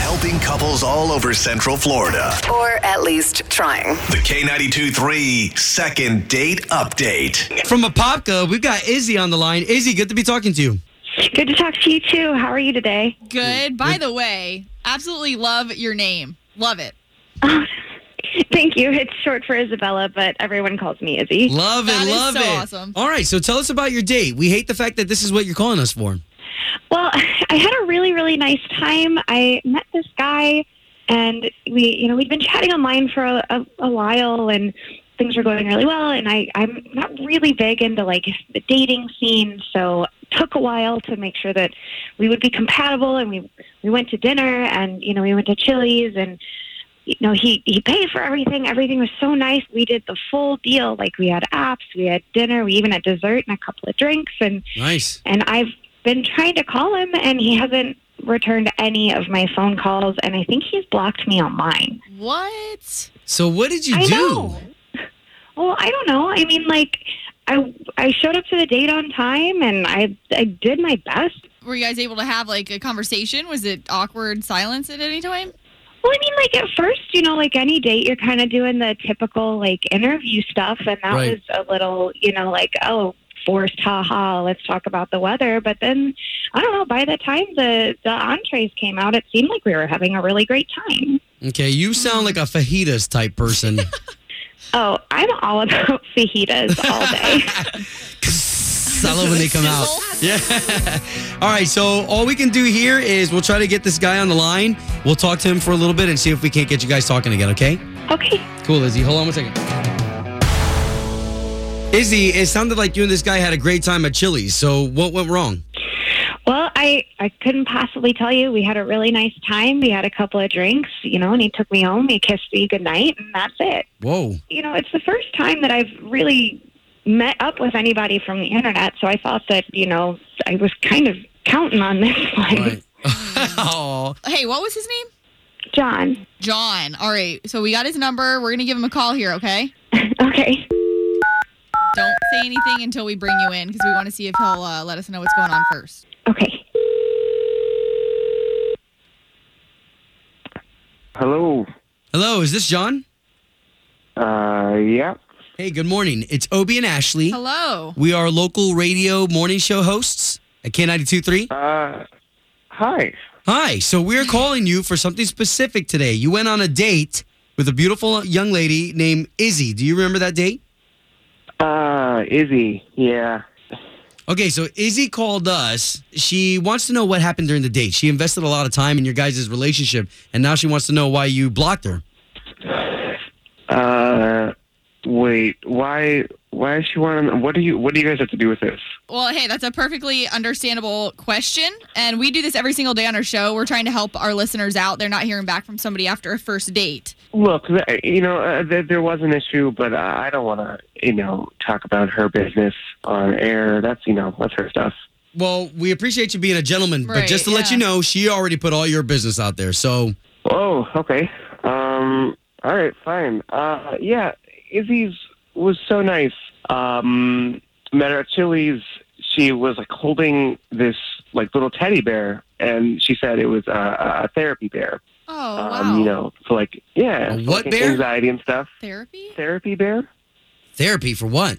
Helping couples all over Central Florida. Or at least trying. The K92 3 second date update. From Apopka, we've got Izzy on the line. Izzy, good to be talking to you. Good to talk to you too. How are you today? Good. By the way, absolutely love your name. Love it. Thank you. It's short for Isabella, but everyone calls me Izzy. Love it, That is love so it. awesome. All right, so tell us about your date. We hate the fact that this is what you're calling us for. Well, I had a really, really nice time. I met this guy, and we, you know, we'd been chatting online for a, a, a while, and things were going really well. And I, I'm not really big into like the dating scene, so it took a while to make sure that we would be compatible. And we, we went to dinner, and you know, we went to Chili's, and you know, he he paid for everything. Everything was so nice. We did the full deal. Like we had apps, we had dinner, we even had dessert and a couple of drinks, and Nice. and I've been trying to call him, and he hasn't returned any of my phone calls, and I think he's blocked me online. What? So what did you I do? know. Well, I don't know. I mean, like, I I showed up to the date on time, and I I did my best. Were you guys able to have like a conversation? Was it awkward silence at any time? Well, I mean, like at first, you know, like any date, you're kind of doing the typical like interview stuff, and that Right. was a little, you know, like oh, forced, ha ha, let's talk about the weather. But then, I don't know. By the time the the entrees came out, it seemed like we were having a really great time. Okay, you sound like a fajitas type person. Oh, I'm all about fajitas all day. I love when they come out. Yeah. All right, so all we can do here is we'll try to get this guy on the line. We'll talk to him for a little bit and see if we can't get you guys talking again, okay? okay. Cool, Izzy. Hold on one second. Izzy, it sounded like you and this guy had a great time at Chili's. So what went wrong? Well, I, I couldn't possibly tell you. We had a really nice time. We had a couple of drinks, you know, and he took me home. He kissed me goodnight, and that's it. Whoa. You know, it's the first time that I've really met up with anybody from the internet, so I thought that, you know, I was kind of counting on this one. Right. oh. Hey, what was his name? John. John. All right. So we got his number. We're going to give him a call here, okay? Okay. Don't say anything until we bring you in because we want to see if he'll uh, let us know what's going on first. Okay. Hello. Hello, is this John? Uh, yeah. Hey, good morning. It's Obie and Ashley. Hello. We are local radio morning show hosts at K92.3. Uh, hi. Hi. So we're calling you for something specific today. You went on a date with a beautiful young lady named Izzy. Do you remember that date? Uh, Izzy. Yeah. Okay, so Izzy called us. She wants to know what happened during the date. She invested a lot of time in your guys' relationship, and now she wants to know why you blocked her. Uh, wait. Why? Why is she wanting? What do you? What do you guys have to do with this? Well, hey, that's a perfectly understandable question. And we do this every single day on our show. We're trying to help our listeners out. They're not hearing back from somebody after a first date. Look, th- you know, uh, th- there was an issue, but uh, I don't want to, you know, talk about her business on air. That's, you know, that's her stuff. Well, we appreciate you being a gentleman, but Right, just to let yeah. you know, she already put all your business out there. So, Oh, okay. Um, all right, fine. Uh, yeah, Izzy's was so nice. Um, met her at Chili's. She was like holding this like little teddy bear, and she said it was uh, a therapy bear. Oh, Um, wow. You know, for like yeah, A for, what like, bear? Anxiety and stuff. Therapy? Therapy bear, therapy for what?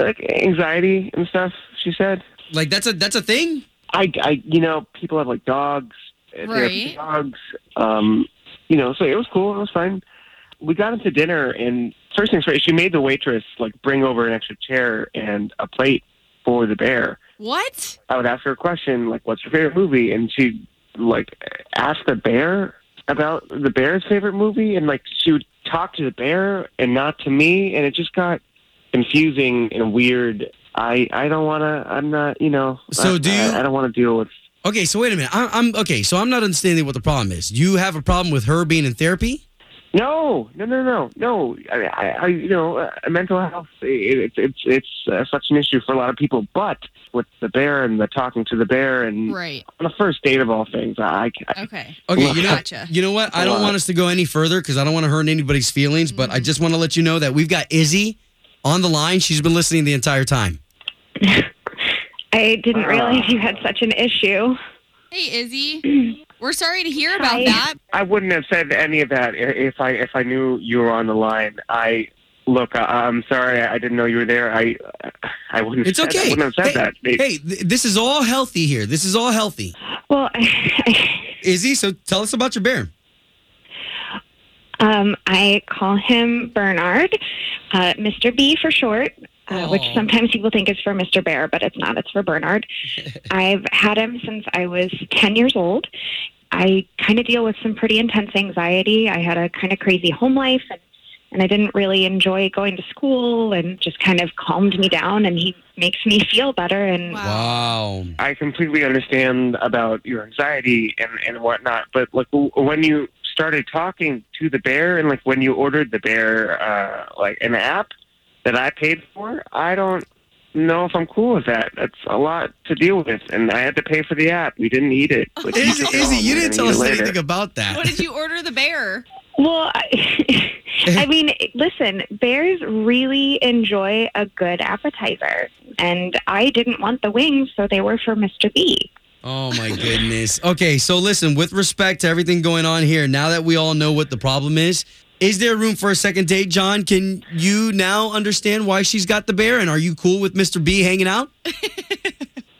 like anxiety and stuff. She said. Like that's a that's a thing. I, I you know, people have like dogs, uh, Right. therapy dogs. Um, you know, so it was cool. It was fun. We got into dinner, and first things first, she made the waitress like bring over an extra chair and a plate for the bear. What? I would ask her a question like, "What's your favorite movie?" And she like asked the bear about the bear's favorite movie, and like she would talk to the bear and not to me, and it just got confusing and weird. I I don't want to. I'm not. You know. So I- do I- you- I don't want to deal with Okay, so wait a minute. I'm, I'm okay. So I'm not understanding what the problem is. You have a problem with her being in therapy? No, no, no, no, no. I, I, I you know, uh, mental health. It, it's it's it's uh, such an issue for a lot of people. But with the bear and the talking to the bear and Right. on the first date of all things, I, I Okay. Okay, you know, Gotcha. you know what? I don't Well, want us to go any further because I don't want to hurt anybody's feelings. But Mm-hmm. I just want to let you know that we've got Izzy on the line. She's been listening the entire time. I didn't realize you had such an issue. Hey, Izzy. We're sorry to hear about Hi. that. I wouldn't have said any of that i- if I if I knew you were on the line. I look. I, I'm sorry. I didn't know you were there. I I wouldn't. It's have said, I okay. wouldn't have hey, said that. It- hey, th- this is all healthy here. This is all healthy. Well, Izzy, so tell us about your bear. um, I call him Bernard, uh, Mr. B for short, uh, which Oh. sometimes people think is for Mr. Bear, but it's not. It's for Bernard. I've had him since I was 10 years old. I kind of deal with some pretty intense anxiety. I had a kind of crazy home life, and, and I didn't really enjoy going to school, and just kind of calmed me down. And he makes me feel better. And Wow. Wow. I completely understand about your anxiety and, and whatnot, but like w- when you started talking to the bear and like when you ordered the bear uh, like an app that I paid for, I don't know if I'm cool with that. That's a lot to deal with, and I had to pay for the app. We didn't need it. Like, we Izzy, took it Izzy home. you We're didn't gonna tell eat it us later. anything about that. What did you order the bear? Well, I, I mean, listen, bears really enjoy a good appetizer, and I didn't want the wings, so they were for Mr. B. Oh my goodness. Okay, so listen, with respect to everything going on here, now that we all know what the problem is, is there room for a second date, John? Can you now understand why she's got the bear and are you cool with Mr. B hanging out?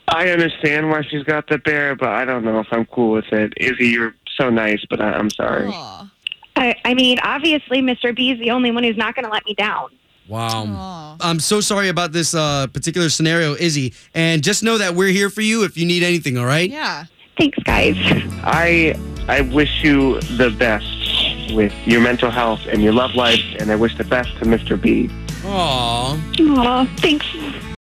I understand why she's got the bear, but I don't know if I'm cool with it. Izzy, you're so nice, but I, I'm sorry. Aw. I, I mean, obviously, Mr. B is the only one who's not going to let me down. Wow. Aw. I'm so sorry about this uh, particular scenario, Izzy. And just know that we're here for you if you need anything, all right? Yeah. Thanks, guys. I I wish you the best with your mental health and your love life, and I wish the best to Mr. B. Aw. Aw, thanks